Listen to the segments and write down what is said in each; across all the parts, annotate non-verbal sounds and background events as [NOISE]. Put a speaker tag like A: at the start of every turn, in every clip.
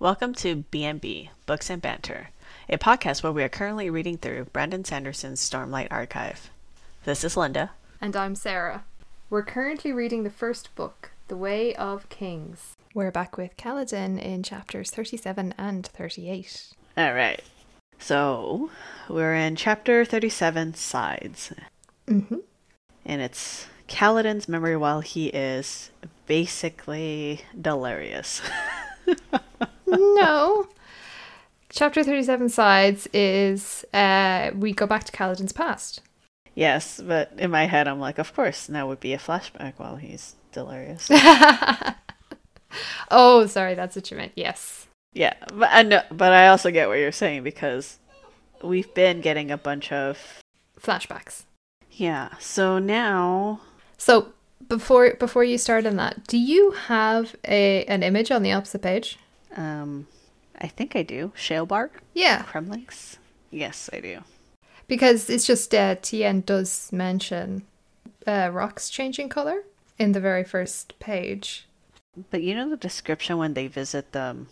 A: Welcome to BNB Books and Banter, a podcast where we are currently reading through Brandon Sanderson's Stormlight Archive. This is Linda.
B: And I'm Sarah. We're currently reading the first book, The Way of Kings. We're back with Kaladin in chapters 37 and 38.
A: All right. So, we're in chapter 37 Sides,
B: [LAUGHS] Mm-hmm.
A: and it's Kaladin's memory while he is basically delirious. [LAUGHS]
B: No. Chapter 37 Sides is uh, we go back to Kaladin's [LAUGHS] past.
A: yes, but in my head, I'm like, of course, now would be a flashback while he's [LAUGHS] delirious.
B: Oh, sorry, that's what you meant. Yes.
A: Yeah, but I know, but I also get what you're saying because we've been getting a bunch of
B: Flashbacks.
A: yeah. So now,
B: So before before you start on that, do you have a an image on the opposite page?
A: um, I think I do shale bark
B: Yeah.
A: cremlings. Yes, I do.
B: Because it's just uh, Tien does mention uh, rocks changing color in the very first page.
A: But you know the description when they visit the um,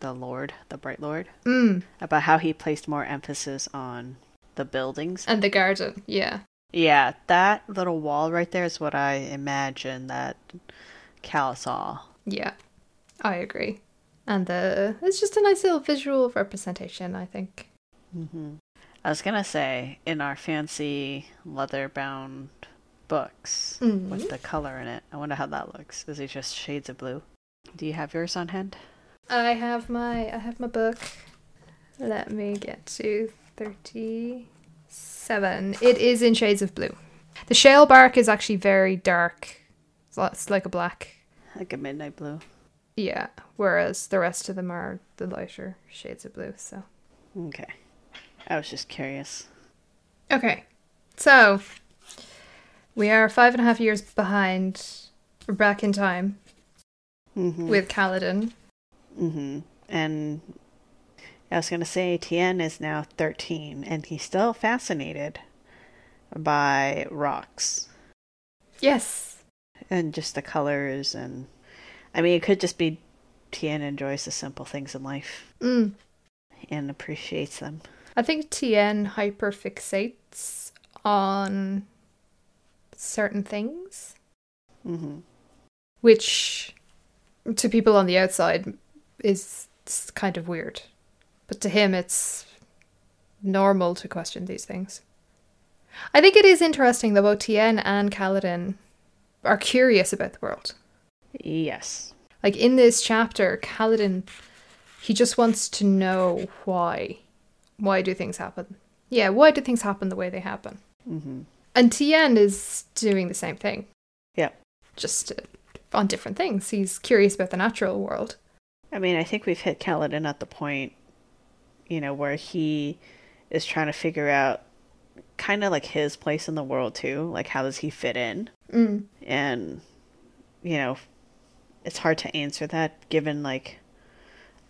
A: the Lord, the Bright Lord,
B: Mm.
A: about how he placed more emphasis on the buildings.
B: And the garden, yeah.
A: Yeah, that little wall right there is what I imagine that Cal saw.
B: Yeah. I agree. And the it's just a nice little visual representation, I think.
A: hmm I was gonna say in our fancy leather-bound books with the color in it. I wonder how that looks. Is it just shades of blue? Do you have yours on hand?
B: I have my I have my book. Let me get to 37. It is in shades of blue. The shale bark is actually very dark. It's li- It's like a black.
A: Like a midnight blue.
B: Yeah, whereas the rest of them are the lighter shades of blue, so.
A: Okay. I was just curious.
B: Okay. So we are five and a half years behind or back in time
A: Mm-hmm.
B: with Kaladin.
A: Mm-hmm. And I was gonna say Tien is now thirteen, and he's still fascinated by rocks.
B: Yes.
A: and just the colors and i mean it could just be tien enjoys the simple things in life
B: Mm.
A: and appreciates them
B: I think TN hyperfixates on certain things,
A: hmm
B: which to people on the outside is s- kind of weird. But to him, it's normal to question these things. I think it is interesting that both TN and Kaladin are curious about the world.
A: yes
B: Like in this chapter, Kaladin, he just wants to know why. Why do things happen? Yeah, why do things happen the way they happen?
A: hmm
B: And Tien is doing the same thing.
A: Yep.
B: Just uh, on different things. He's curious about the natural world.
A: i mean i think we've hit Kaladin at the point you know where he is trying to figure out kind of like his place in the world too like how does he fit in
B: Mm.
A: and you know it's hard to answer that given like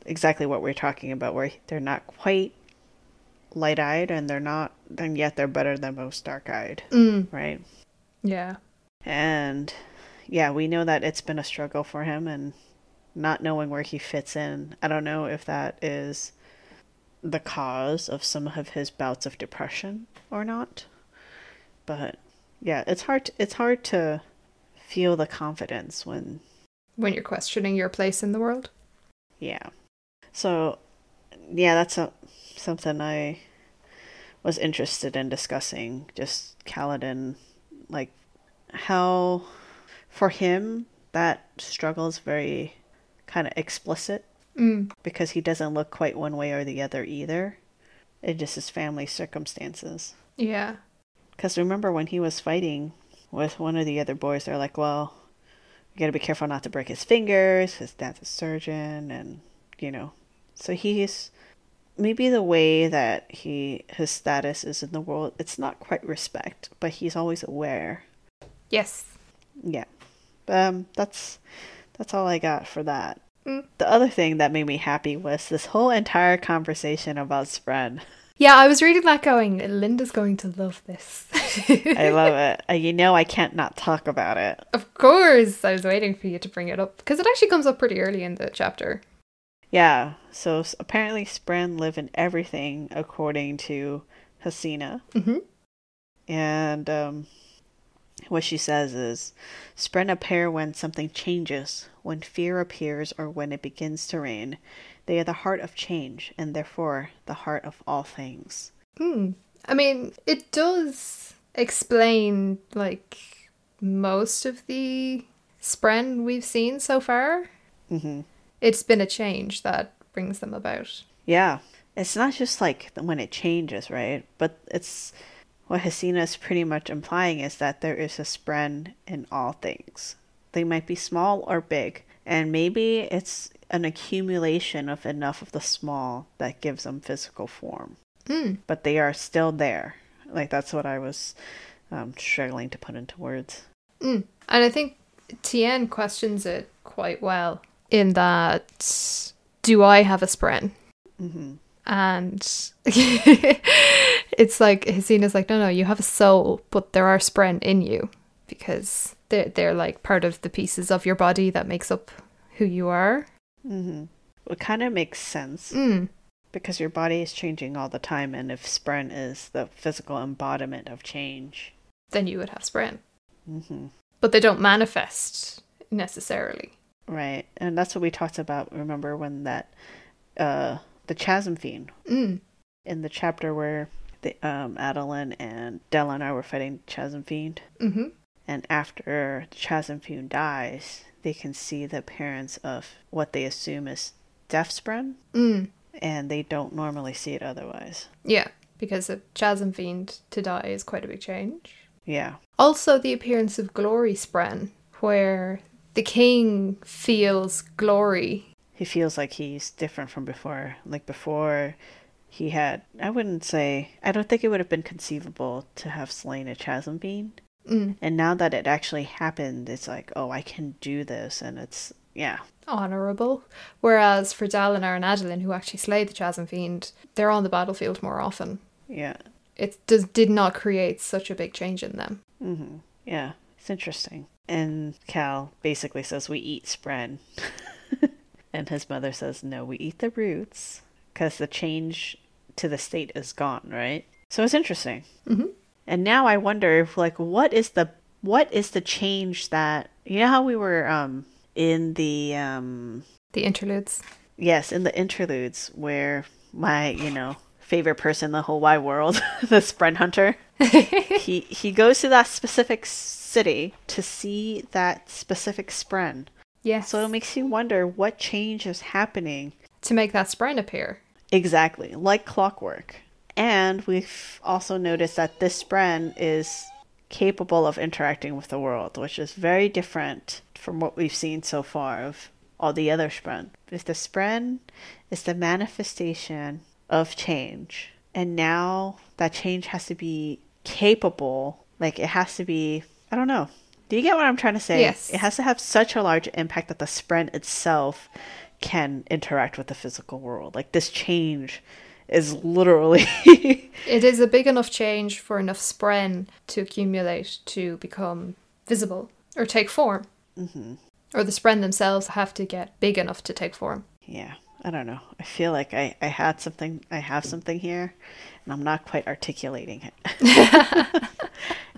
A: exactly what we're talking about where they're not quite light-eyed and they're not and yet they're better than most dark-eyed
B: Mm.
A: right
B: Yeah.
A: and yeah we know that it's been a struggle for him and not knowing where he fits in i don't know if that is the cause of some of his bouts of depression or not but yeah it's hard it's hard to feel the confidence when
B: When you're questioning your place in the world.
A: Yeah. So, yeah, that's a, something I was interested in discussing. Just Kaladin, like how for him that struggle is very kind of explicit
B: Mm.
A: because he doesn't look quite one way or the other either. It just his family circumstances.
B: Yeah.
A: Because remember when he was fighting with one of the other boys, they're like, well, you gotta be careful not to break his fingers. His dad's a surgeon, and you know. So he's maybe the way that he his status is in the world. It's not quite respect, but he's always aware.
B: Yes.
A: Yeah. Um. That's that's all I got for that.
B: Mm.
A: The other thing that made me happy was this whole entire conversation about spread.
B: Yeah, I was reading that going, Linda's going to love this.
A: I
B: [LAUGHS]
A: love it. Uh, You know, I can't not talk about it.
B: of course, I was waiting for you to bring it up because it actually comes up pretty early in the chapter.
A: Yeah, so s- apparently Spren live in everything according to Hasina.
B: Mm-hmm.
A: And um, what she says is Spren appear when something changes, when fear appears, or when it begins to rain. They are the heart of change, and therefore the heart of all things.
B: Hmm. I mean, it does explain like most of the spren we've seen so far.
A: hmm
B: It's been a change that brings them about.
A: Yeah, it's not just like when it changes, right? But it's what Hasina is pretty much implying is that there is a spren in all things. They might be small or big, and maybe it's an accumulation of enough of the small that gives them physical form.
B: Hmm.
A: But they are still there. Like that's what I was um, struggling to put into words.
B: Mm. And I think Tien questions it quite well in that do I have a spren?
A: hmm
B: And [LAUGHS] it's like Hasina's like, no, no, you have a soul, but there are spren in you because they're they're like part of the pieces of your body that makes up who you are.
A: hmm It kind of makes sense.
B: Mm.
A: Because your body is changing all the time, and if spren is the physical embodiment of change,
B: Then you would have spren,
A: hmm
B: but they don't manifest necessarily.
A: right? And that's what we talked about. Remember when that uh, the chasm fiend
B: Mm.
A: in the chapter where the um, Adeline and Della and I were fighting chasm fiend,
B: Mm-hmm.
A: and after the chasm fiend dies, they can see the appearance of what they assume is death spren,
B: Mm.
A: and they don't normally see it otherwise.
B: Yeah, because a chasm fiend to die is quite a big change.
A: Yeah,
B: Also, the appearance of Glory Spren, where the king feels glory.
A: he feels like he's different from before. Like before, he had. I wouldn't say. I don't think it would have been conceivable to have slain a chasm fiend.
B: Mm.
A: And now that it actually happened, it's like, oh, I can do this, and it's yeah,
B: Honourable. Whereas for Dalinar and Adeline, who actually slay the Chasm Fiend, they're on the battlefield more often.
A: yeah,
B: It does, did not create such a big change in them.
A: mm-hmm. yeah. It's interesting. And Cal basically says we eat spren, [LAUGHS] and his mother says no, we eat the roots because the change to the state is gone, right? So it's interesting.
B: Mm-hmm.
A: And now I wonder if like what is the what is the change that you know how we were um in the um
B: The interludes.
A: yes, in the interludes where my, you know, favorite person in the whole wide world, [LAUGHS] the Spren Hunter, he he goes to that specific city to see that specific Spren.
B: Yes.
A: So it makes you wonder what change is happening
B: to make that Spren appear.
A: Exactly, like clockwork. And we've also noticed that this Spren is capable of interacting with the world, which is very different from what we've seen so far of all the other Spren. If the Spren is the manifestation of change, and now that change has to be capable, like it has to be, I don't know. Do you get what I'm trying to say?
B: Yes.
A: It has to have such a large impact that the Spren itself can interact with the physical world. Like this change is literally [LAUGHS]
B: It is a big enough change for enough spren to accumulate to become visible or take form.
A: Mhm.
B: Or the spren themselves have to get big enough to take form.
A: Yeah, I don't know. I feel like I, I had something, I have something here, and I'm not quite articulating it.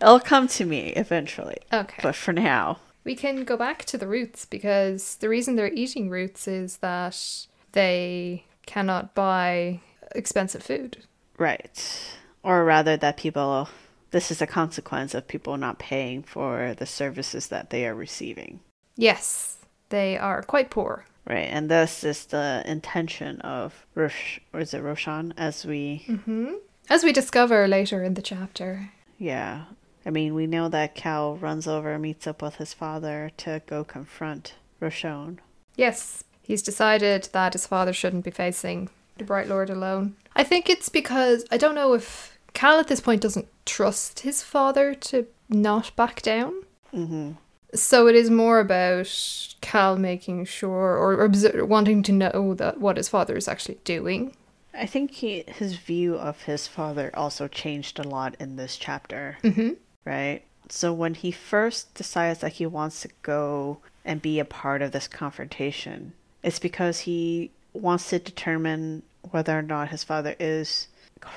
A: It'll come to me eventually,
B: Okay.
A: but for now,
B: We can go back to the roots because the reason they're eating roots is that they cannot buy expensive food.
A: right. Or rather, that people, this is a consequence of people not paying for the services that they are receiving,
B: Yes, they are quite poor.
A: right? And this is the intention of Rosh, or is it Roshan, as we
B: hmm As we discover later in the chapter,
A: Yeah. I mean, we know that Cal runs over and meets up with his father to go confront Roshon.
B: Yes, he's decided that his father shouldn't be facing the Bright Lord alone. I think it's because I don't know if Cal at this point doesn't trust his father to not back down.
A: Mm-hmm.
B: So it is more about Cal making sure or obser- wanting to know that what his father is actually doing.
A: I think he, his view of his father also changed a lot in this chapter,
B: Mm-hmm.
A: right? So when he first decides that he wants to go and be a part of this confrontation, it's because he wants to determine whether or not his father is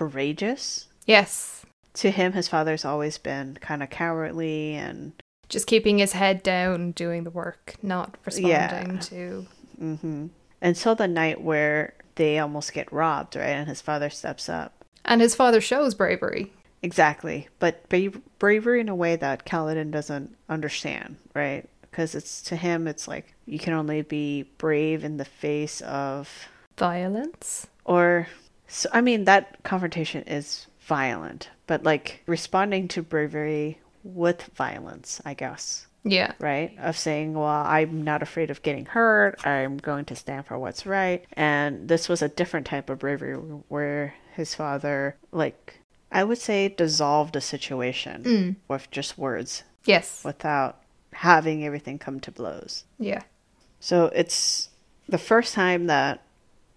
A: courageous.
B: Yes.
A: To him, his father's always been kind of cowardly and
B: Just keeping his head down, doing the work, not responding to.
A: hmm until the night where they almost get robbed, right? And his father steps up.
B: And his father shows bravery.
A: Exactly, but ba- bravery in a way that Kaladin doesn't understand, right? Because it's to him, it's like you can only be brave in the face of,
B: Violence?
A: or so. I mean, that confrontation is violent, but like responding to bravery with violence, I guess
B: Yeah.
A: right? Of saying, well, I'm not afraid of getting hurt. I'm going to stand for what's right. And this was a different type of bravery where his father, like, I would say dissolved the situation with just words
B: Yes.
A: without having everything come to blows.
B: Yeah.
A: So it's the first time that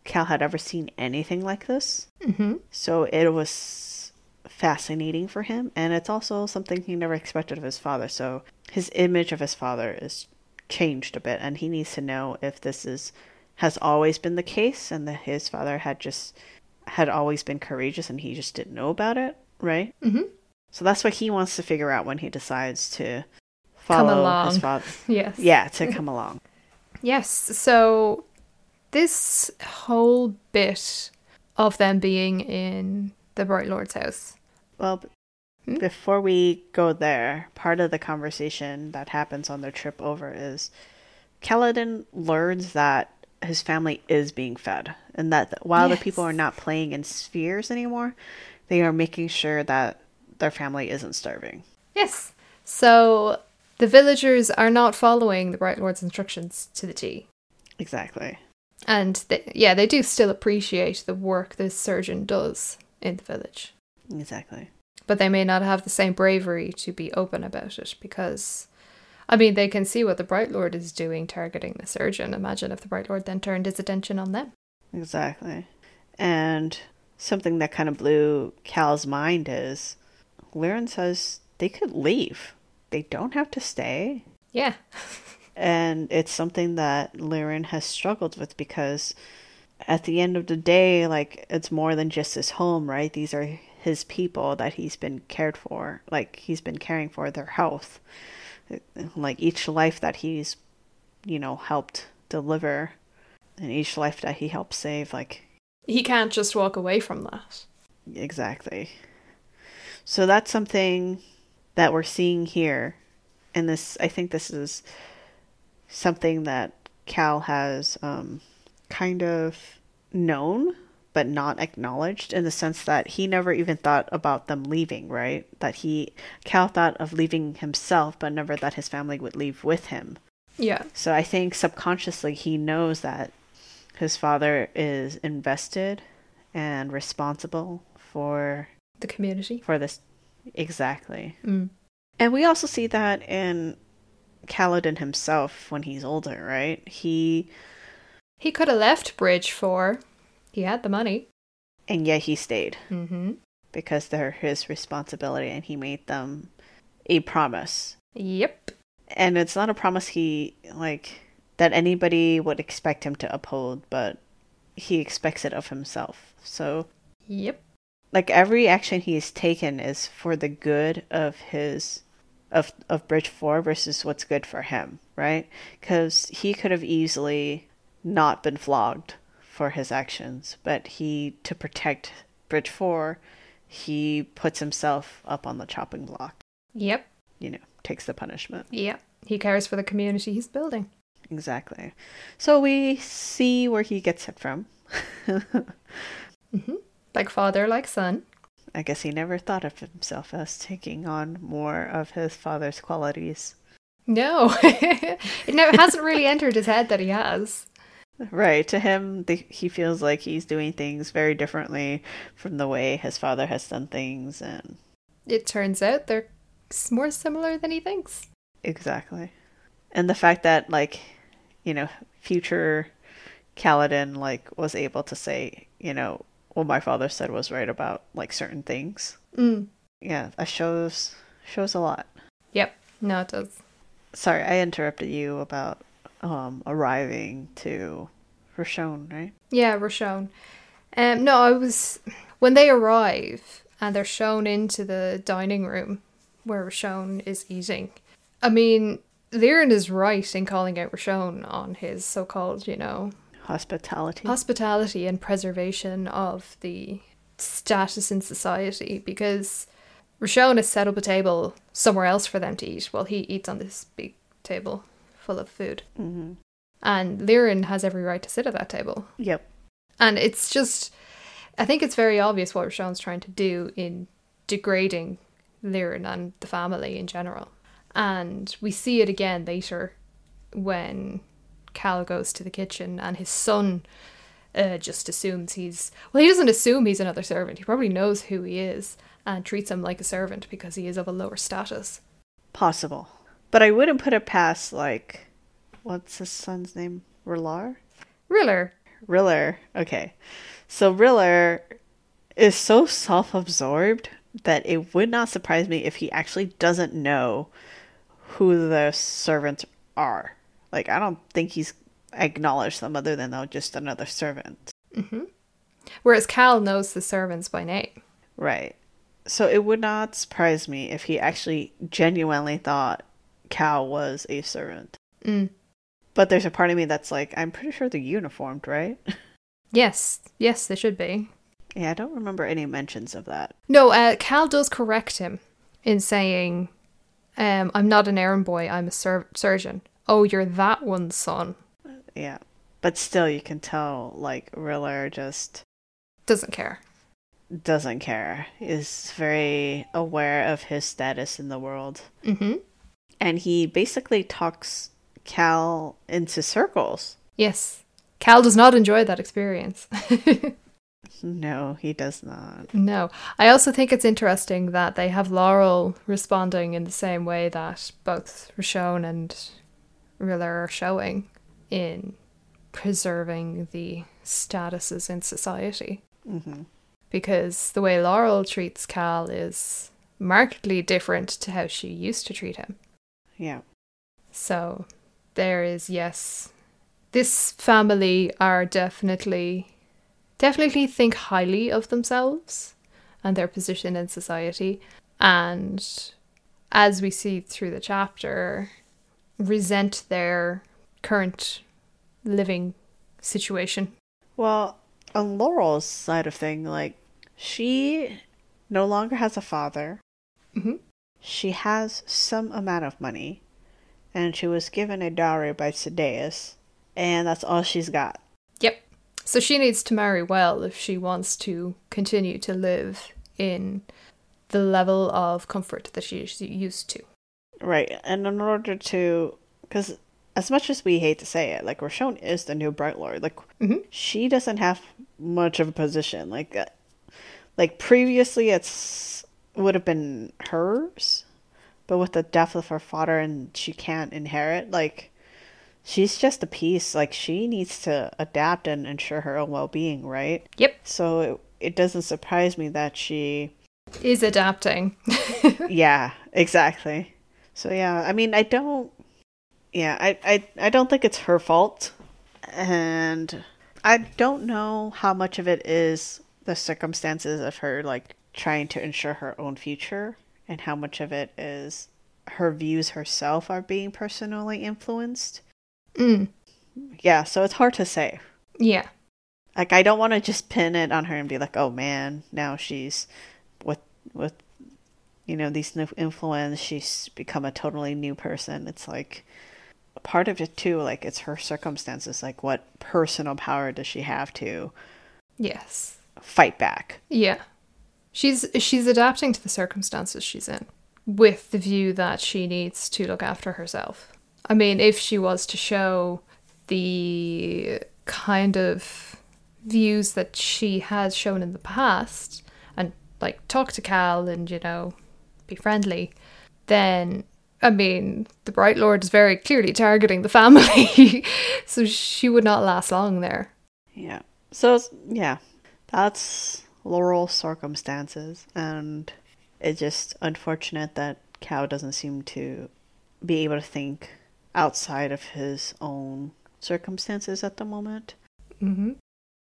A: Cal had ever seen anything like this.
B: hmm
A: So it was fascinating for him, and it's also something he never expected of his father. So his image of his father is changed a bit, and he needs to know if this is has always been the case, and that his father had just had always been courageous, and he just didn't know about it, right?
B: Mhm.
A: So that's what he wants to figure out when he decides to follow his
B: along.
A: father.
B: Yes.
A: Yeah, to come along.
B: Yes. So this whole bit of them being in the Bright Lord's house.
A: Well, b-
B: Hmm?
A: before we go there, part of the conversation that happens on their trip over is Kaladin learns that his family is being fed, and that th- while the people
B: Yes.
A: are not playing in spheres anymore, they are making sure that their family isn't starving.
B: Yes. So the villagers are not following the Bright Lord's instructions to the T.
A: Exactly.
B: And they, yeah, they do still appreciate the work this surgeon does in the village.
A: Exactly.
B: But they may not have the same bravery to be open about it because, I mean, they can see what the Bright Lord is doing targeting the surgeon. Imagine if the Bright Lord then turned his attention on them.
A: Exactly. And something that kind of blew Cal's mind is Laren says they could leave. They don't have to stay.
B: Yeah.
A: And it's something that Lyran has struggled with because at the end of the day, like, it's more than just his home, right? These are his people that he's been cared for. Like, he's been caring for their health. Like, each life that he's, you know, helped deliver and each life that he helped save, like,
B: [LAUGHS] He can't just walk away from that.
A: Exactly. So that's something that we're seeing here. And this, I think this is something that Cal has um, kind of known, but not acknowledged in the sense that he never even thought about them leaving, right? That he, Cal thought of leaving himself, but never that his family would leave with him.
B: Yeah.
A: So I think subconsciously he knows that his father is invested and responsible for
B: The community.
A: for this exactly.
B: Mm.
A: And we also see that in Kaladin himself when he's older, right? He
B: He could have left Bridge for. He had the money.
A: and yet he stayed
B: Mm-hmm.
A: because they're his responsibility and he made them a promise.
B: Yep.
A: And it's not a promise he like that anybody would expect him to uphold, but he expects it of himself. So
B: Yep.
A: like every action he's taken is for the good of his of of bridge 4 versus what's good for him right because he could have easily not been flogged for his actions but he to protect bridge 4 he puts himself up on the chopping block
B: Yep.
A: you know takes the punishment
B: Yep. He cares for the community he's building.
A: exactly so we see where he gets it from [LAUGHS]
B: Mm-hmm. Like father, like son.
A: i guess he never thought of himself as taking on more of his father's qualities
B: No. [LAUGHS] it never, hasn't really entered his head that he has.
A: Right. To him, the, he feels like he's doing things very differently from the way his father has done things, and
B: It turns out they're s- more similar than he thinks.
A: exactly. And the fact that, like, you know, future Kaladin, like, was able to say, you know, what my father said was right about, like, certain things.
B: Mm.
A: Yeah, that shows shows a lot.
B: Yep. No, it does.
A: Sorry, I interrupted you about um arriving to Roshon, right?
B: Yeah, we're shown. Um, no, I was when they arrive and they're shown into the dining room where Rashon is eating. I mean, Liren is right in calling out Rashon on his so-called, you know,
A: Hospitality.
B: hospitality and preservation of the status in society because Rashon has set up a table somewhere else for them to eat while he eats on this big table full of food.
A: hmm
B: And Liren has every right to sit at that table.
A: Yep.
B: And it's just, I think it's very obvious what Rashawn's trying to do in degrading Liren and the family in general. And we see it again later when Cal goes to the kitchen and his son uh, just assumes he's, well, he doesn't assume he's another servant. He probably knows who he is and treats him like a servant because he is of a lower status.
A: Possible. But I wouldn't put it past, like, what's his son's name? Rilar?
B: Riller.
A: Riller. Okay. So Riller is so self absorbed that it would not surprise me if he actually doesn't know who the servants are. Like, I don't think he's acknowledged them other than they're just another servant.
B: Mm-hmm. Whereas Cal knows the servants by name.
A: Right. So it would not surprise me if he actually genuinely thought Cal was a servant.
B: Mm.
A: But there's a part of me that's like, I'm pretty sure they're uniformed, right? [LAUGHS]
B: Yes, yes, they should be.
A: yeah, I don't remember any mentions of that.
B: No, uh, Cal does correct him in saying, um, I'm not an errand boy, I'm a sur- surgeon. Oh, you're that one's son.
A: Yeah. But still, you can tell, like, Riller just
B: Doesn't care.
A: doesn't care, is very aware of his status in the world.
B: hmm
A: And he basically talks Cal into circles.
B: Yes. Cal does not enjoy that experience. [LAUGHS]
A: No, he does not.
B: no. I also think it's interesting that they have Laurel responding in the same way that both Rashon and Riller are showing in preserving the statuses in society.
A: hmm
B: because the way Laurel treats Cal is markedly different to how she used to treat him.
A: Yeah.
B: So there is, yes, this family are definitely, definitely think highly of themselves and their position in society. And as we see through the chapter, resent their current living situation.
A: Well, on Laurel's side of thing, like, she no longer has a father.
B: hmm
A: She has some amount of money, and she was given a dowry by Sadeus, and that's all she's got.
B: Yep. So she needs to marry well if she wants to continue to live in the level of comfort that she's used to.
A: Right, and in order to, because as much as we hate to say it, like Roshon is the new Bright Lord. Like
B: Mhm.
A: she doesn't have much of a position. Like, uh, like previously, it's would have been hers, but with the death of her father, and she can't inherit. Like, she's just a piece. Like she needs to adapt and ensure her own well being. Right.
B: Yep.
A: So it it doesn't surprise me that she
B: Is adapting. [LAUGHS]
A: yeah, exactly. So yeah, I mean, I don't. Yeah, I, I, I don't think it's her fault, and I don't know how much of it is the circumstances of her like trying to ensure her own future, and how much of it is her views herself are being personally influenced.
B: mm.
A: Yeah, so it's hard to say.
B: Yeah.
A: Like, I don't want to just pin it on her and be like, "Oh man, now she's with with you know these new influence. She's become a totally new person." It's like a part of it too. Like, it's her circumstances. Like, what personal power does she have to
B: Yes.
A: fight back?
B: Yeah. She's she's adapting to the circumstances she's in with the view that she needs to look after herself. I mean, if she was to show the kind of views that she has shown in the past and like talk to Cal and you know be friendly, then I mean, the Bright Lord is very clearly targeting the family. [LAUGHS] so she would not last long there.
A: Yeah. So it's- yeah, that's Laurel's circumstances, and it's just unfortunate that Cow doesn't seem to be able to think outside of his own circumstances at the moment.
B: Mm-hmm.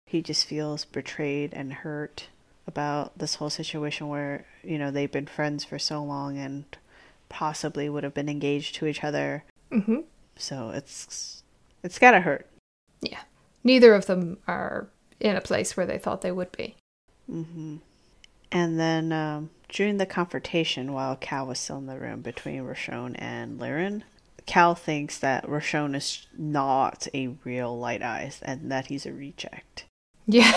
A: He just feels betrayed and hurt about this whole situation where, you know, they've been friends for so long and possibly would have been engaged to each other.
B: Mm-hmm.
A: So it's it's gotta hurt.
B: Yeah. Neither of them are in a place where they thought they would be. [LAUGHS]
A: Mm-hmm. And then um, during the confrontation, while Cal was still in the room between Roshon and Liren, Cal thinks that Roshon is not a real Light Eyes and that he's a
B: [LAUGHS]
A: reject.
B: Yeah.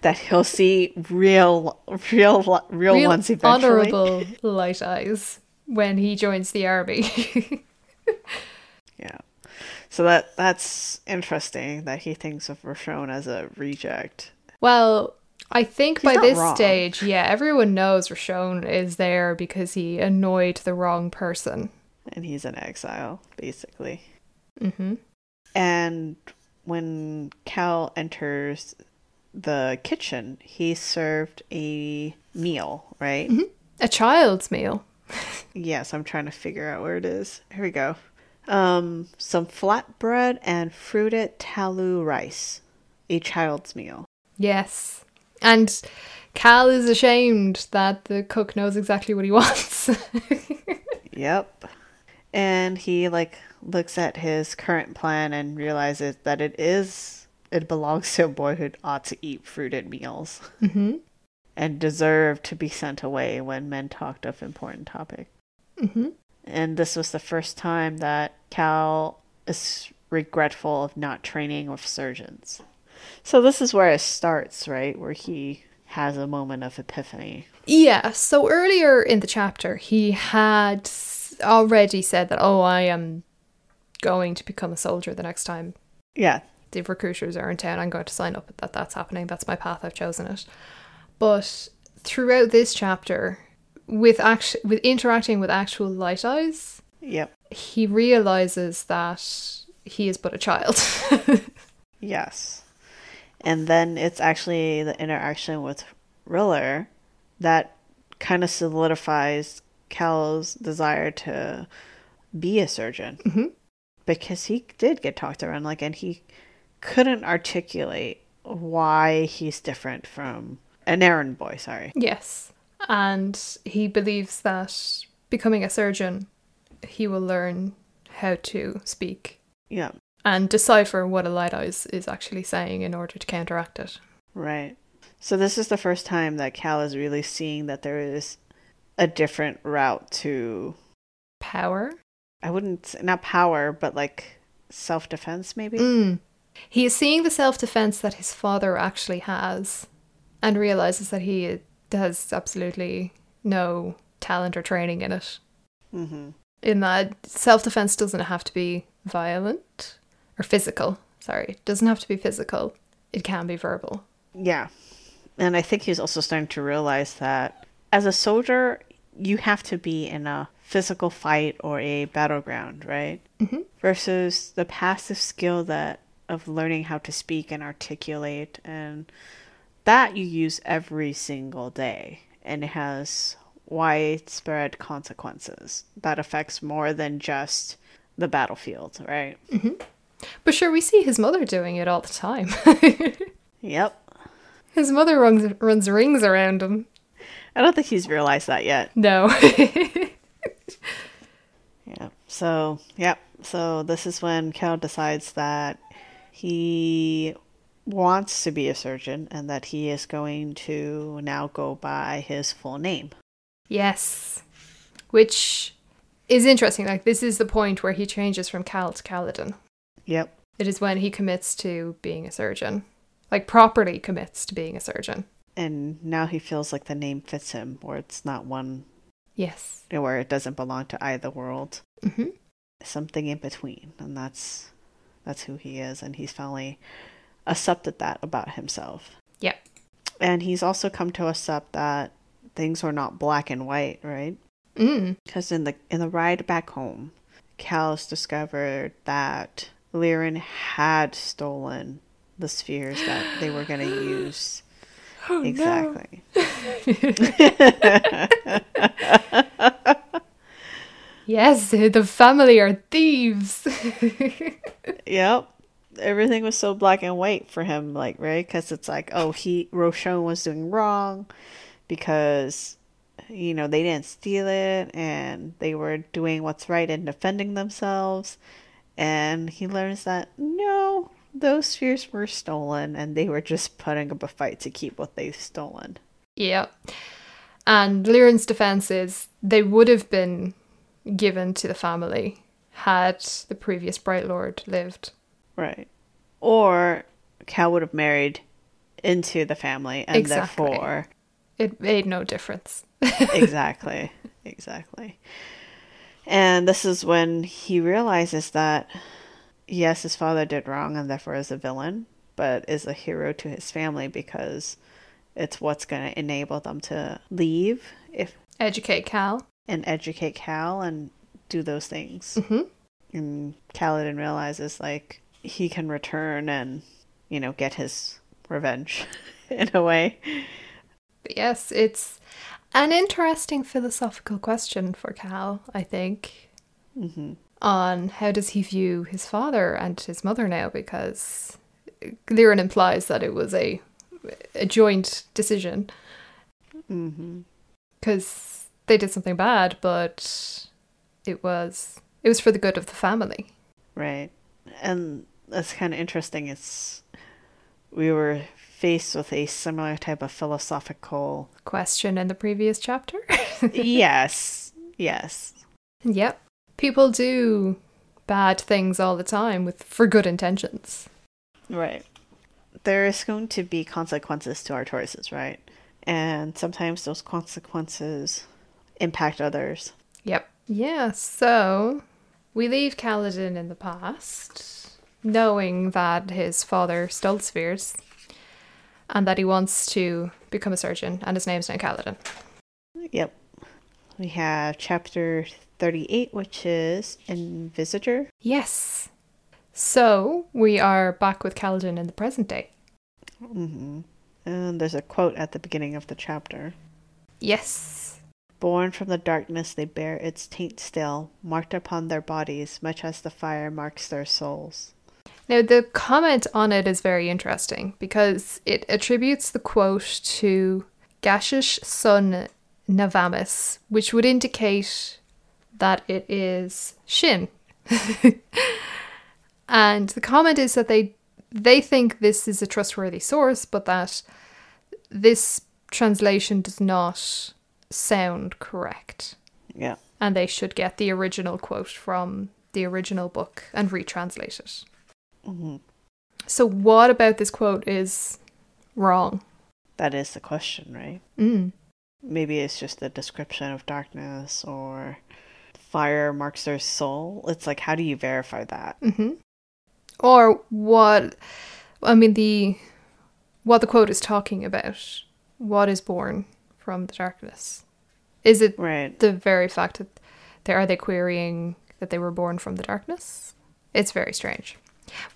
A: That he'll see real, real, real,
B: Real
A: ones eventually.
B: honorable light eyes when he joins the army. [LAUGHS]
A: Yeah. So that that's interesting that he thinks of Roshon as a reject.
B: well, I think by
A: not
B: this
A: wrong.
B: stage, yeah, everyone knows Rashon is there because he annoyed the wrong person.
A: and he's in exile basically
B: Mm-hmm.
A: and when cal enters the kitchen he served a meal right
B: A child's meal.
A: yes i'm trying to figure out where it is here we go um some flatbread and fruited talu rice a child's meal
B: Yes. And Cal is ashamed that the cook knows exactly what he [LAUGHS] wants.
A: yep and he like looks at his current plan and realizes that it is it belongs to a boy who ought to eat fruited meals
B: mm-hmm.
A: and deserved to be sent away when men talked of important topic.
B: Mm-hmm.
A: And this was the first time that Cal is regretful of not training with surgeons. So this is where it starts, right? Where he has a moment of epiphany.
B: Yeah, so earlier in the chapter, he had s- already said that, oh, I am going to become a soldier the next time
A: Yeah.
B: the recruiters are in town. I'm going to sign up that that's happening. That's my path. I've chosen it. But throughout this chapter, with act- with interacting with actual light eyes,
A: Yep.
B: he realizes that he is but a child. [LAUGHS]
A: Yes. And then it's actually the interaction with Riller that kind of solidifies Cal's desire to be a surgeon.
B: Mhm.
A: Because he did get talked around, like, and he couldn't articulate why he's different from an errand boy, sorry.
B: yes, and he believes that becoming a surgeon, he will learn how to speak
A: Yeah,
B: and decipher what a light eyes is actually saying in order to counteract it.
A: right. So this is the first time that Cal is really seeing that there is a different route to
B: Power.
A: I wouldn't s- not power, but like self defense maybe.
B: Mm. He is seeing the self defense that his father actually has and realizes that he has absolutely no talent or training in it.
A: Mm-hmm.
B: In that, self defense doesn't have to be violent or physical. Sorry, it doesn't have to be physical, it can be verbal.
A: Yeah, and I think he's also starting to realize that as a soldier, you have to be in a physical fight or a battleground, right?
B: Mhm.
A: Versus the passive skill that of learning how to speak and articulate, and that you use every single day, and it has widespread consequences that affects more than just the battlefield, right?
B: But sure, we see his mother doing it all the time. [LAUGHS]
A: Yep.
B: his mother runs, runs rings around him.
A: I don't think he's realized that yet.
B: No.
A: Yeah. So, yep. So this is when Cal decides that he wants to be a surgeon and that he is going to now go by his full name.
B: Yes. Which is interesting. Like, this is the point where he changes from Cal to Caledon.
A: Yep.
B: It is when he commits to being a surgeon. Like, properly commits to being a surgeon.
A: And now he feels like the name fits him, or it's not one
B: Yes.
A: where it doesn't belong to either world.
B: hmm
A: Something in between, and that's that's who he is, and he's finally accepted that about himself.
B: Yep.
A: And he's also come to accept that things are not black and white, right?
B: Mm.
A: Because in the in the ride back home, Cal's discovered that Liren had stolen the spheres that they were going to use.
B: Oh,
A: exactly.
B: [LAUGHS] Yes, the family are thieves. [LAUGHS]
A: Yep. everything was so black and white for him, like right, because it's like, oh, he Roshon was doing wrong because you know they didn't steal it and they were doing what's right and defending themselves, and he learns that no, those spheres were stolen and they were just putting up a fight to keep what they've stolen.
B: Yeah. And Liren's defense is they would have been given to the family had the previous Bright Lord lived.
A: Right. Or Cal would have married into the family and
B: Exactly.
A: therefore
B: It made no difference. [LAUGHS]
A: exactly. Exactly. And this is when he realizes that yes, his father did wrong and therefore is a villain, but is a hero to his family because it's what's going to enable them to leave if
B: Educate Cal.
A: and educate Cal and do those things.
B: Mhm.
A: And Kaladin realizes like he can return and you know get his revenge [LAUGHS] in a way.
B: But yes, it's an interesting philosophical question for Cal, I think,
A: hmm
B: on how does he view his father and his mother now, because Liren implies that it was a, a joint decision.
A: hmm
B: because they did something bad, but it was it was for the good of the family.
A: Right, and that's kind of interesting. It's we were faced with a similar type of philosophical.
B: Question in the previous chapter. [LAUGHS]
A: yes, yes,
B: yep, people do bad things all the time with for good intentions.
A: Right. There is going to be consequences to our choices, right? And sometimes those consequences impact others.
B: Yep. Yeah. So we leave Kaladin in the past, knowing that his father stole the spheres, and that he wants to become a surgeon, and his name's now Kaladin.
A: Yep. We have chapter 38, which is Invisitor.
B: Yes. So we are back with Kaladin in the present day.
A: hmm And there's a quote at the beginning of the chapter
B: Yes.
A: Born from the darkness, they bear its taint still, marked upon their bodies, much as the fire marks their souls.
B: Now, the comment on it is very interesting because it attributes the quote to Gashish son Navamis, which would indicate that it is Shin. [LAUGHS] and the comment is that they they think this is a trustworthy source, but that this translation does not sound correct.
A: Yeah.
B: and they should get the original quote from the original book and retranslate it.
A: hmm
B: So, what about this quote is wrong?
A: That is the question, right?
B: Mm.
A: maybe it's just the description of darkness or fire marks their soul. It's like, how do you verify that?
B: hmm Or what? I mean, the what the quote is talking about. What is born from the darkness? Is it
A: Right.
B: the very fact that they are they querying that they were born from the darkness? It's very strange.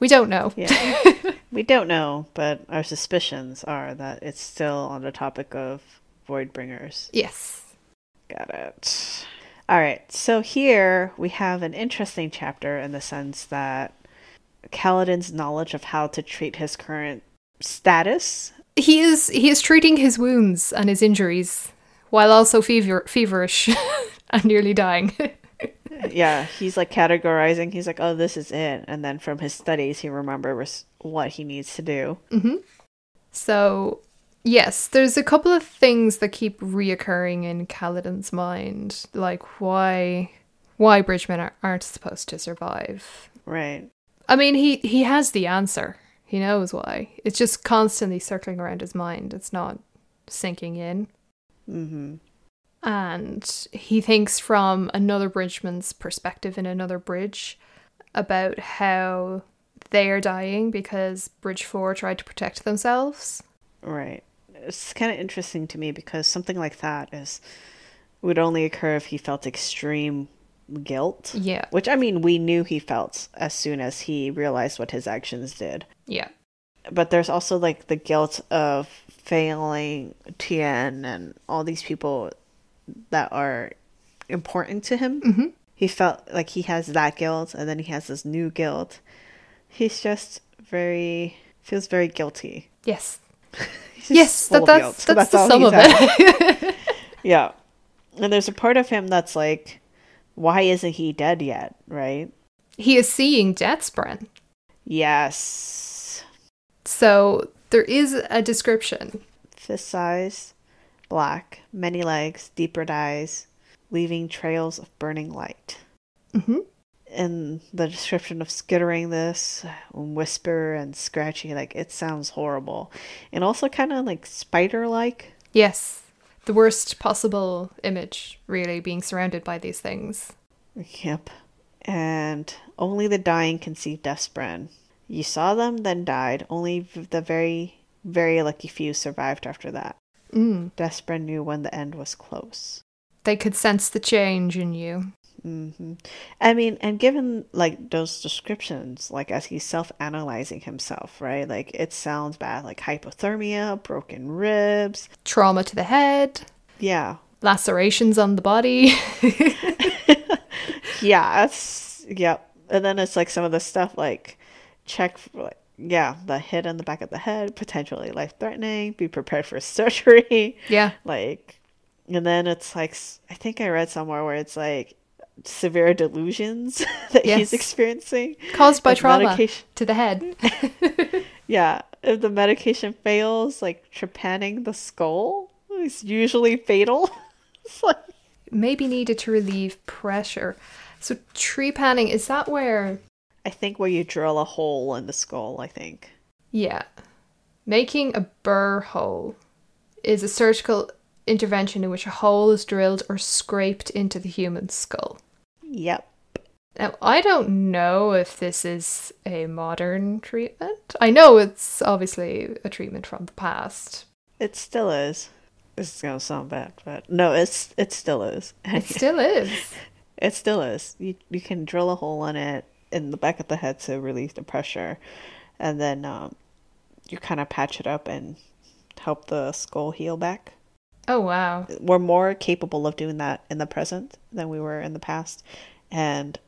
B: We don't know.
A: [LAUGHS] Yeah. we don't know, but our suspicions are that it's still on the topic of void bringers.
B: Yes.
A: Got it. All right. So here we have an interesting chapter in the sense that Kaladin's knowledge of how to treat his current status
B: he is he is treating his wounds and his injuries while also fever feverish [LAUGHS] and nearly dying. [LAUGHS]
A: yeah, he's like categorizing. He's like, oh, this is it. And then from his studies, he remembers what he needs to do.
B: hmm So yes, there's a couple of things that keep reoccurring in Kaladin's mind, like why why Bridgemen are, aren't supposed to survive.
A: Right.
B: I mean, he he has the answer. He knows why. It's just constantly circling around his mind. It's not sinking in.
A: Mm-hmm.
B: and he thinks from another bridgeman's perspective in another bridge about how they are dying because bridge 4 tried to protect themselves
A: Right. It's kind of interesting to me because something like that is would only occur if he felt extreme guilt.
B: yeah
A: Which I mean, we knew he felt as soon as he realized what his actions did.
B: yeah
A: But there's also like the guilt of failing Tien and all these people that are important to him.
B: hmm
A: he felt like he has that guilt and then he has this new guilt he's just very feels very guilty.
B: Yes.
A: He's just
B: Yes,
A: full
B: that,
A: of
B: that's,
A: guilt.
B: that's, the
A: all
B: sum
A: he's
B: of
A: at.
B: it.
A: [LAUGHS]
B: [LAUGHS]
A: Yeah. And there's a part of him that's like, why isn't he dead yet? Right?
B: he is seeing death's brand.
A: Yes.
B: So there is a description.
A: Fist size, black, many legs, deeper dyes, leaving trails of burning light.
B: Mm-hmm.
A: And the description of skittering this, um, whisper and scratchy, like it sounds horrible. And also kind of like spider like.
B: Yes. The worst possible image, really, being surrounded by these things.
A: Yep. And only the dying can see death's brand. You saw them, then died. Only v- the very, very lucky few survived after that.
B: Mm.
A: Death's brand knew when the end was close.
B: They could sense the change in you.
A: hmm I mean, and given like those descriptions, like as he's self-analyzing himself, right? Like it sounds bad, like hypothermia, broken ribs.
B: Trauma to the head,
A: Yeah, [LAUGHS]
B: lacerations on the body. [LAUGHS]
A: yeah, that's yep. And then it's like some of the stuff like check for like yeah, the hit on the back of the head, potentially life threatening, be prepared for [LAUGHS] surgery.
B: yeah.
A: Like and then it's like s- I think I read somewhere where it's like severe delusions [LAUGHS] that
B: Yes.
A: he's experiencing.
B: Caused by
A: Like
B: trauma
A: medication-
B: to the head.
A: Yeah, if the medication fails, like trepanning the skull is usually fatal. [LAUGHS] It's like
B: May be needed to relieve pressure. So, tree panning, is that where?
A: I think where you drill a hole in the skull, I think.
B: Yeah. Making a burr hole is a surgical intervention in which a hole is drilled or scraped into the human skull.
A: Yep.
B: Now, I don't know if this is a modern treatment. I know it's obviously a treatment from the past.
A: It still is. This is gonna sound bad, but no, it's it still is. [LAUGHS]
B: It still is.
A: it still is. You you can drill a hole in it in the back of the head to relieve the pressure, and then um, you kind of patch it up and help the skull heal back.
B: Oh, wow.
A: We're more capable of doing that in the present than we were in the past, and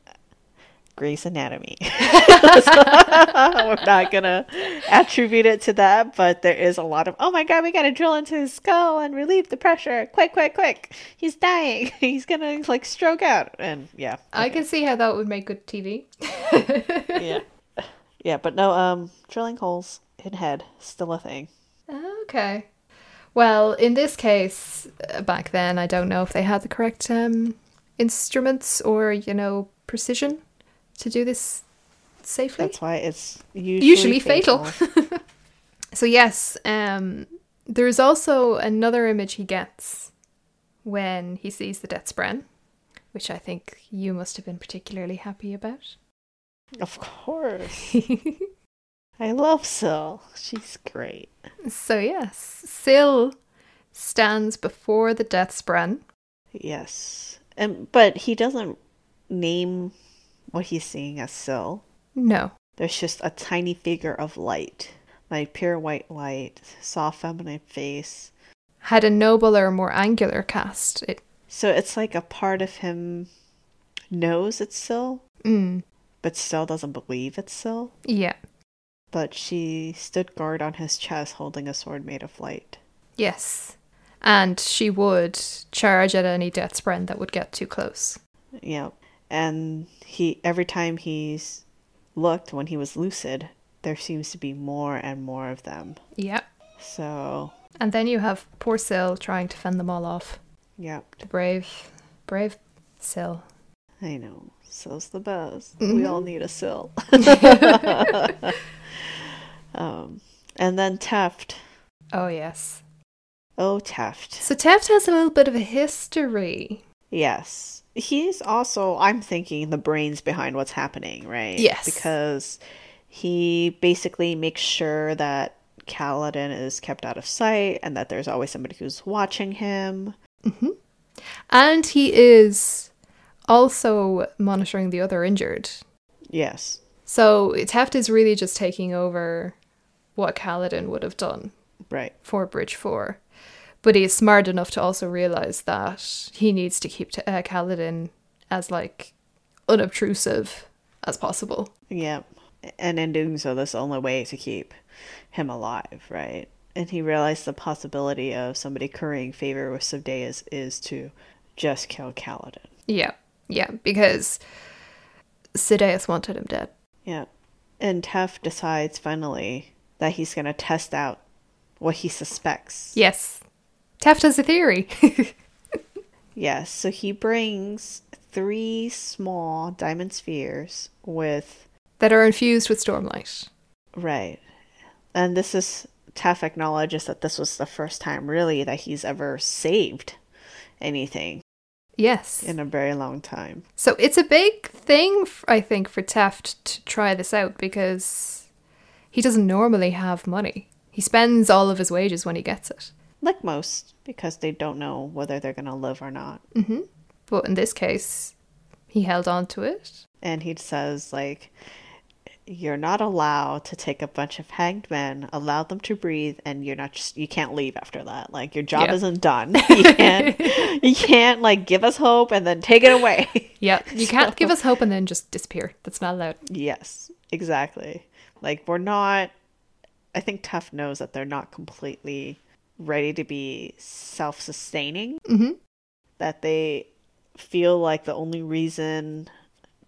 A: Grey's Anatomy. [LAUGHS] We're not gonna attribute it to that, but there is a lot of oh my god, we gotta drill into his skull and relieve the pressure. Quick, quick, quick. He's dying. [LAUGHS] He's gonna like stroke out. And yeah.
B: I can see how that would make good TV.
A: [LAUGHS] yeah. [LAUGHS] Yeah, but no, um drilling holes in head, still a thing.
B: Okay. Well, in this case, uh, back then, I don't know if they had the correct um, instruments or, you know, precision to do this safely.
A: That's why it's usually,
B: Usually fatal. [LAUGHS] So, yes, um, there is also another image he gets when he sees the Death's Bren, which I think you must have been particularly happy about. [LAUGHS]
A: of course. I love Syl. She's great.
B: so, yes, Syl stands before the Death's Bren.
A: Yes. And but he doesn't name what he's seeing as Syl.
B: No.
A: There's just a tiny figure of light, like pure white light, soft feminine face.
B: had a nobler, more angular cast. It,
A: So it's like a part of him knows it's Syl,
B: mm,
A: but still doesn't believe it's Syl.
B: yeah,
A: But she stood guard on his chest holding a sword made of light.
B: yes. And she would charge at any death's brand that would get too close.
A: Yep. And he every time he's looked when he was lucid, there seems to be more and more of them.
B: Yeah.
A: So
B: And then you have poor Syl trying to fend them all off.
A: yep.
B: The brave, brave Syl.
A: I know. Sill's the best. We all need a Sill. [LAUGHS] um, and then Teft.
B: Oh, yes.
A: Oh, Teft.
B: So Teft has a little bit of a history.
A: Yes. He's also, I'm thinking, the brains behind what's happening, right?
B: Yes.
A: Because he basically makes sure that Kaladin is kept out of sight and that there's always somebody who's watching him.
B: And he is also monitoring the other injured.
A: Yes.
B: So Teft is really just taking over what Kaladin would have done.
A: Right.
B: for Bridge 4. But he is smart enough to also realize that he needs to keep uh, Kaladin as like unobtrusive as possible.
A: Yep. and in doing so, that's the only way to keep him alive, right? And he realized the possibility of somebody currying favor with Subdeus is to just kill Kaladin.
B: Yeah, yeah, because Sidaeus wanted him dead.
A: Yeah. And Tef decides finally that he's going to test out what he suspects.
B: Yes. Teft has a theory. [LAUGHS]
A: Yes, so he brings three small diamond spheres with
B: that are infused with stormlight.
A: right. And this is Taff acknowledges that this was the first time really that he's ever saved anything
B: Yes.
A: in a very long time.
B: So it's a big thing, f- I think, for Taft to try this out because he doesn't normally have money. He spends all of his wages when he gets it.
A: Like most, because they don't know whether they're gonna live or not.
B: Mm-hmm. But in this case, he held on to it.
A: And he says like you're not allowed to take a bunch of hanged men, allow them to breathe, and you're not just you can't leave after that. Like your job
B: Yeah.
A: isn't done. [LAUGHS] You can't you can't like give us hope and then take it away.
B: Yeah, you can't give us hope and then just disappear. That's not allowed.
A: Yes, exactly. Like we're not I think Tough knows that they're not completely ready to be self-sustaining.
B: Mhm.
A: That they feel like the only reason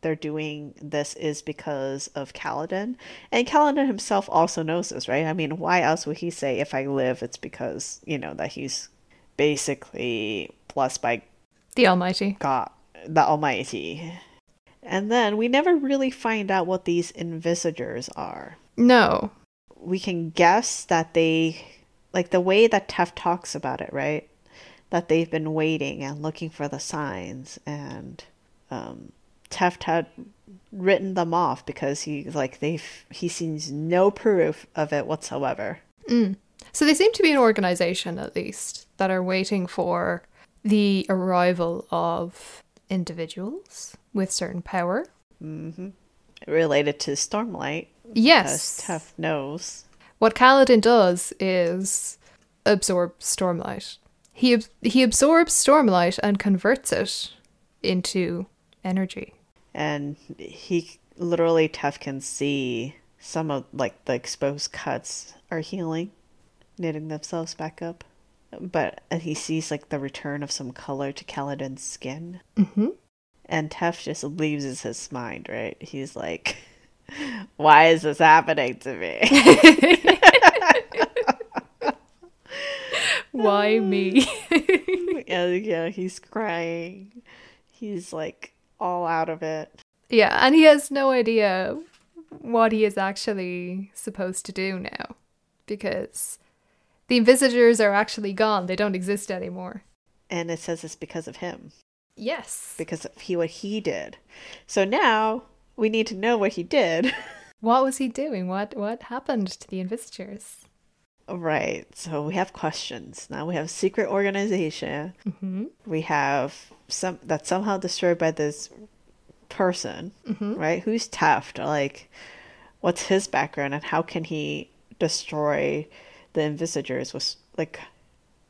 A: they're doing this is because of Kaladin. And Kaladin himself also knows this, right? I mean, why else would he say if I live it's because, you know, that he's basically blessed by
B: The Almighty.
A: God, the Almighty. And then we never really find out what these envisagers are.
B: No.
A: We can guess that they, like the way that Tef talks about it, right? That they've been waiting and looking for the signs, and um, Teft had written them off because he like they've he sees no proof of it whatsoever.
B: Mm. So they seem to be an organization, at least, that are waiting for the arrival of individuals with certain power.
A: Mm-hmm. Related to Stormlight,
B: Yes.
A: as Tef knows,
B: What Kaladin does is absorb stormlight. He ab- he absorbs stormlight and converts it into energy.
A: and he literally Tef can see some of like the exposed cuts are healing, knitting themselves back up. But and he sees like the return of some color to Kaladin's skin,
B: Mm-hmm.
A: and Tef just loses his mind. Right? He's like, [LAUGHS] "Why is this happening to me?" [LAUGHS]
B: Why me?
A: yeah, yeah, he's crying. He's like all out of it.
B: [LAUGHS] yeah, and he has no idea what he is actually supposed to do now because the invisitors are actually gone. They don't exist anymore.
A: And it says it's because of him.
B: Yes.
A: because of he what he did. So now we need to know what he did. [LAUGHS]
B: What was he doing? What what happened to the invisitors?
A: right. So we have questions. Now we have secret organization.
B: Mm-hmm.
A: We have some that's somehow destroyed by this person,
B: Mhm.
A: right? Who's Taft? Like what's his background and how can he destroy the invisitors was like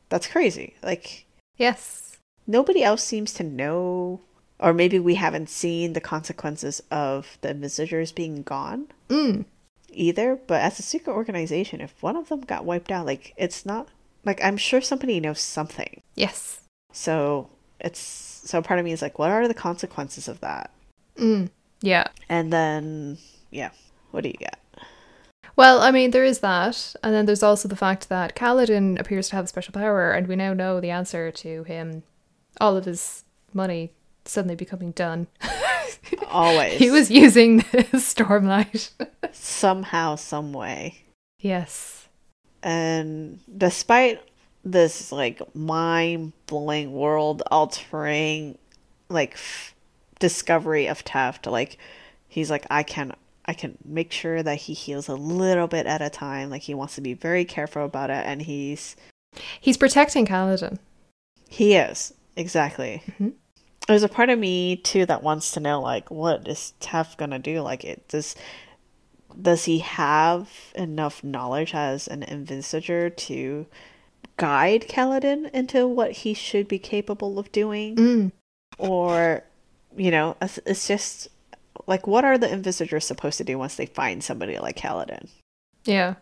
A: that's crazy. Like
B: Yes.
A: nobody else seems to know or maybe we haven't seen the consequences of the invisitors being gone.
B: Mm.
A: either, but as a secret organization, if one of them got wiped out, like it's not like I'm sure somebody knows something.
B: Yes.
A: So it's so part of me is like, what are the consequences of that?
B: Mm. Yeah.
A: And then yeah, what do you get?
B: Well, I mean, there is that. And then there's also the fact that Kaladin appears to have a special power, and we now know the answer to him. All of his money suddenly becoming done. [LAUGHS]
A: Always
B: [LAUGHS] he was using [LAUGHS] the Stormlight.
A: somehow, some way.
B: yes.
A: And despite this like mind blowing, world altering like f- discovery of Taft, like he's like I can I can make sure that he heals a little bit at a time. Like he wants to be very careful about it, and he's
B: He's protecting Kaladin.
A: he is exactly.
B: Mhm.
A: There's a part of me too that wants to know like what is Taft gonna do? Like it does does he have enough knowledge as an Invincitor to guide Kaladin into what he should be capable of doing?
B: Mm.
A: Or you know, it's, it's just Like, what are the Invisitors supposed to do once they find somebody like Kaladin?
B: Yeah.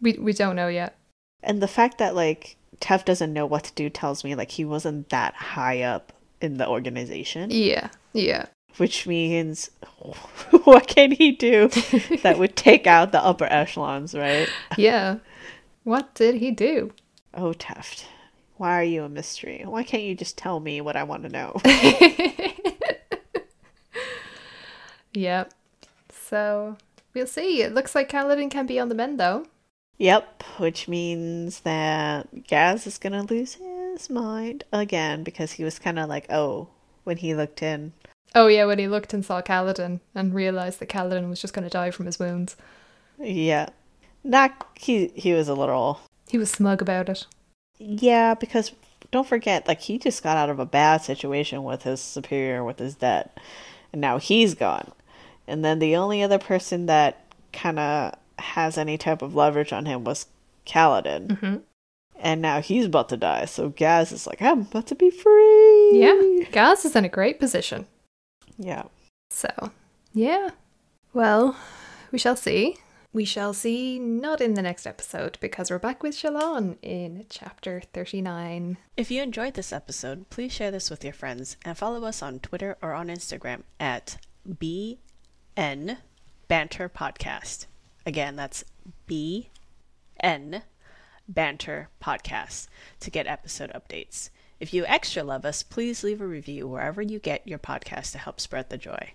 B: We we don't know yet.
A: And the fact that like Tev doesn't know what to do tells me like he wasn't that high up in the organization,
B: Yeah. Yeah. [LAUGHS]
A: which means [LAUGHS] what can he do that would take out the upper echelons, right?
B: yeah. What did he do?
A: Oh, Teft, why are you a mystery? Why can't you just tell me what I want to know? [LAUGHS]
B: [LAUGHS] Yep. So we'll see. It looks like Kaladin can be on the mend though.
A: yep, which means that Gaz is gonna lose his mind again because he was kind of like, oh, when he looked in,
B: Oh yeah, when he looked and saw Kaladin and realized that Kaladin was just going to die from his wounds,
A: yeah, not he. He was a little
B: he was smug about it.
A: Yeah, because don't forget, like he just got out of a bad situation with his superior with his debt, and now he's gone. And then the only other person that kind of has any type of leverage on him was Kaladin,
B: Mm-hmm.
A: and now he's about to die. So Gaz is like, I'm about to be free.
B: Yeah, Gaz is in a great position.
A: yeah.
B: So, yeah. Well, we shall see. We shall see not in the next episode because we're back with Shalon in chapter 39.
C: If you enjoyed this episode, please share this with your friends and follow us on Twitter or on Instagram at BN Banter Podcast. Again, that's BN Banter Podcast to get episode updates. If you extra love us, please leave a review wherever you get your podcast to help spread the joy.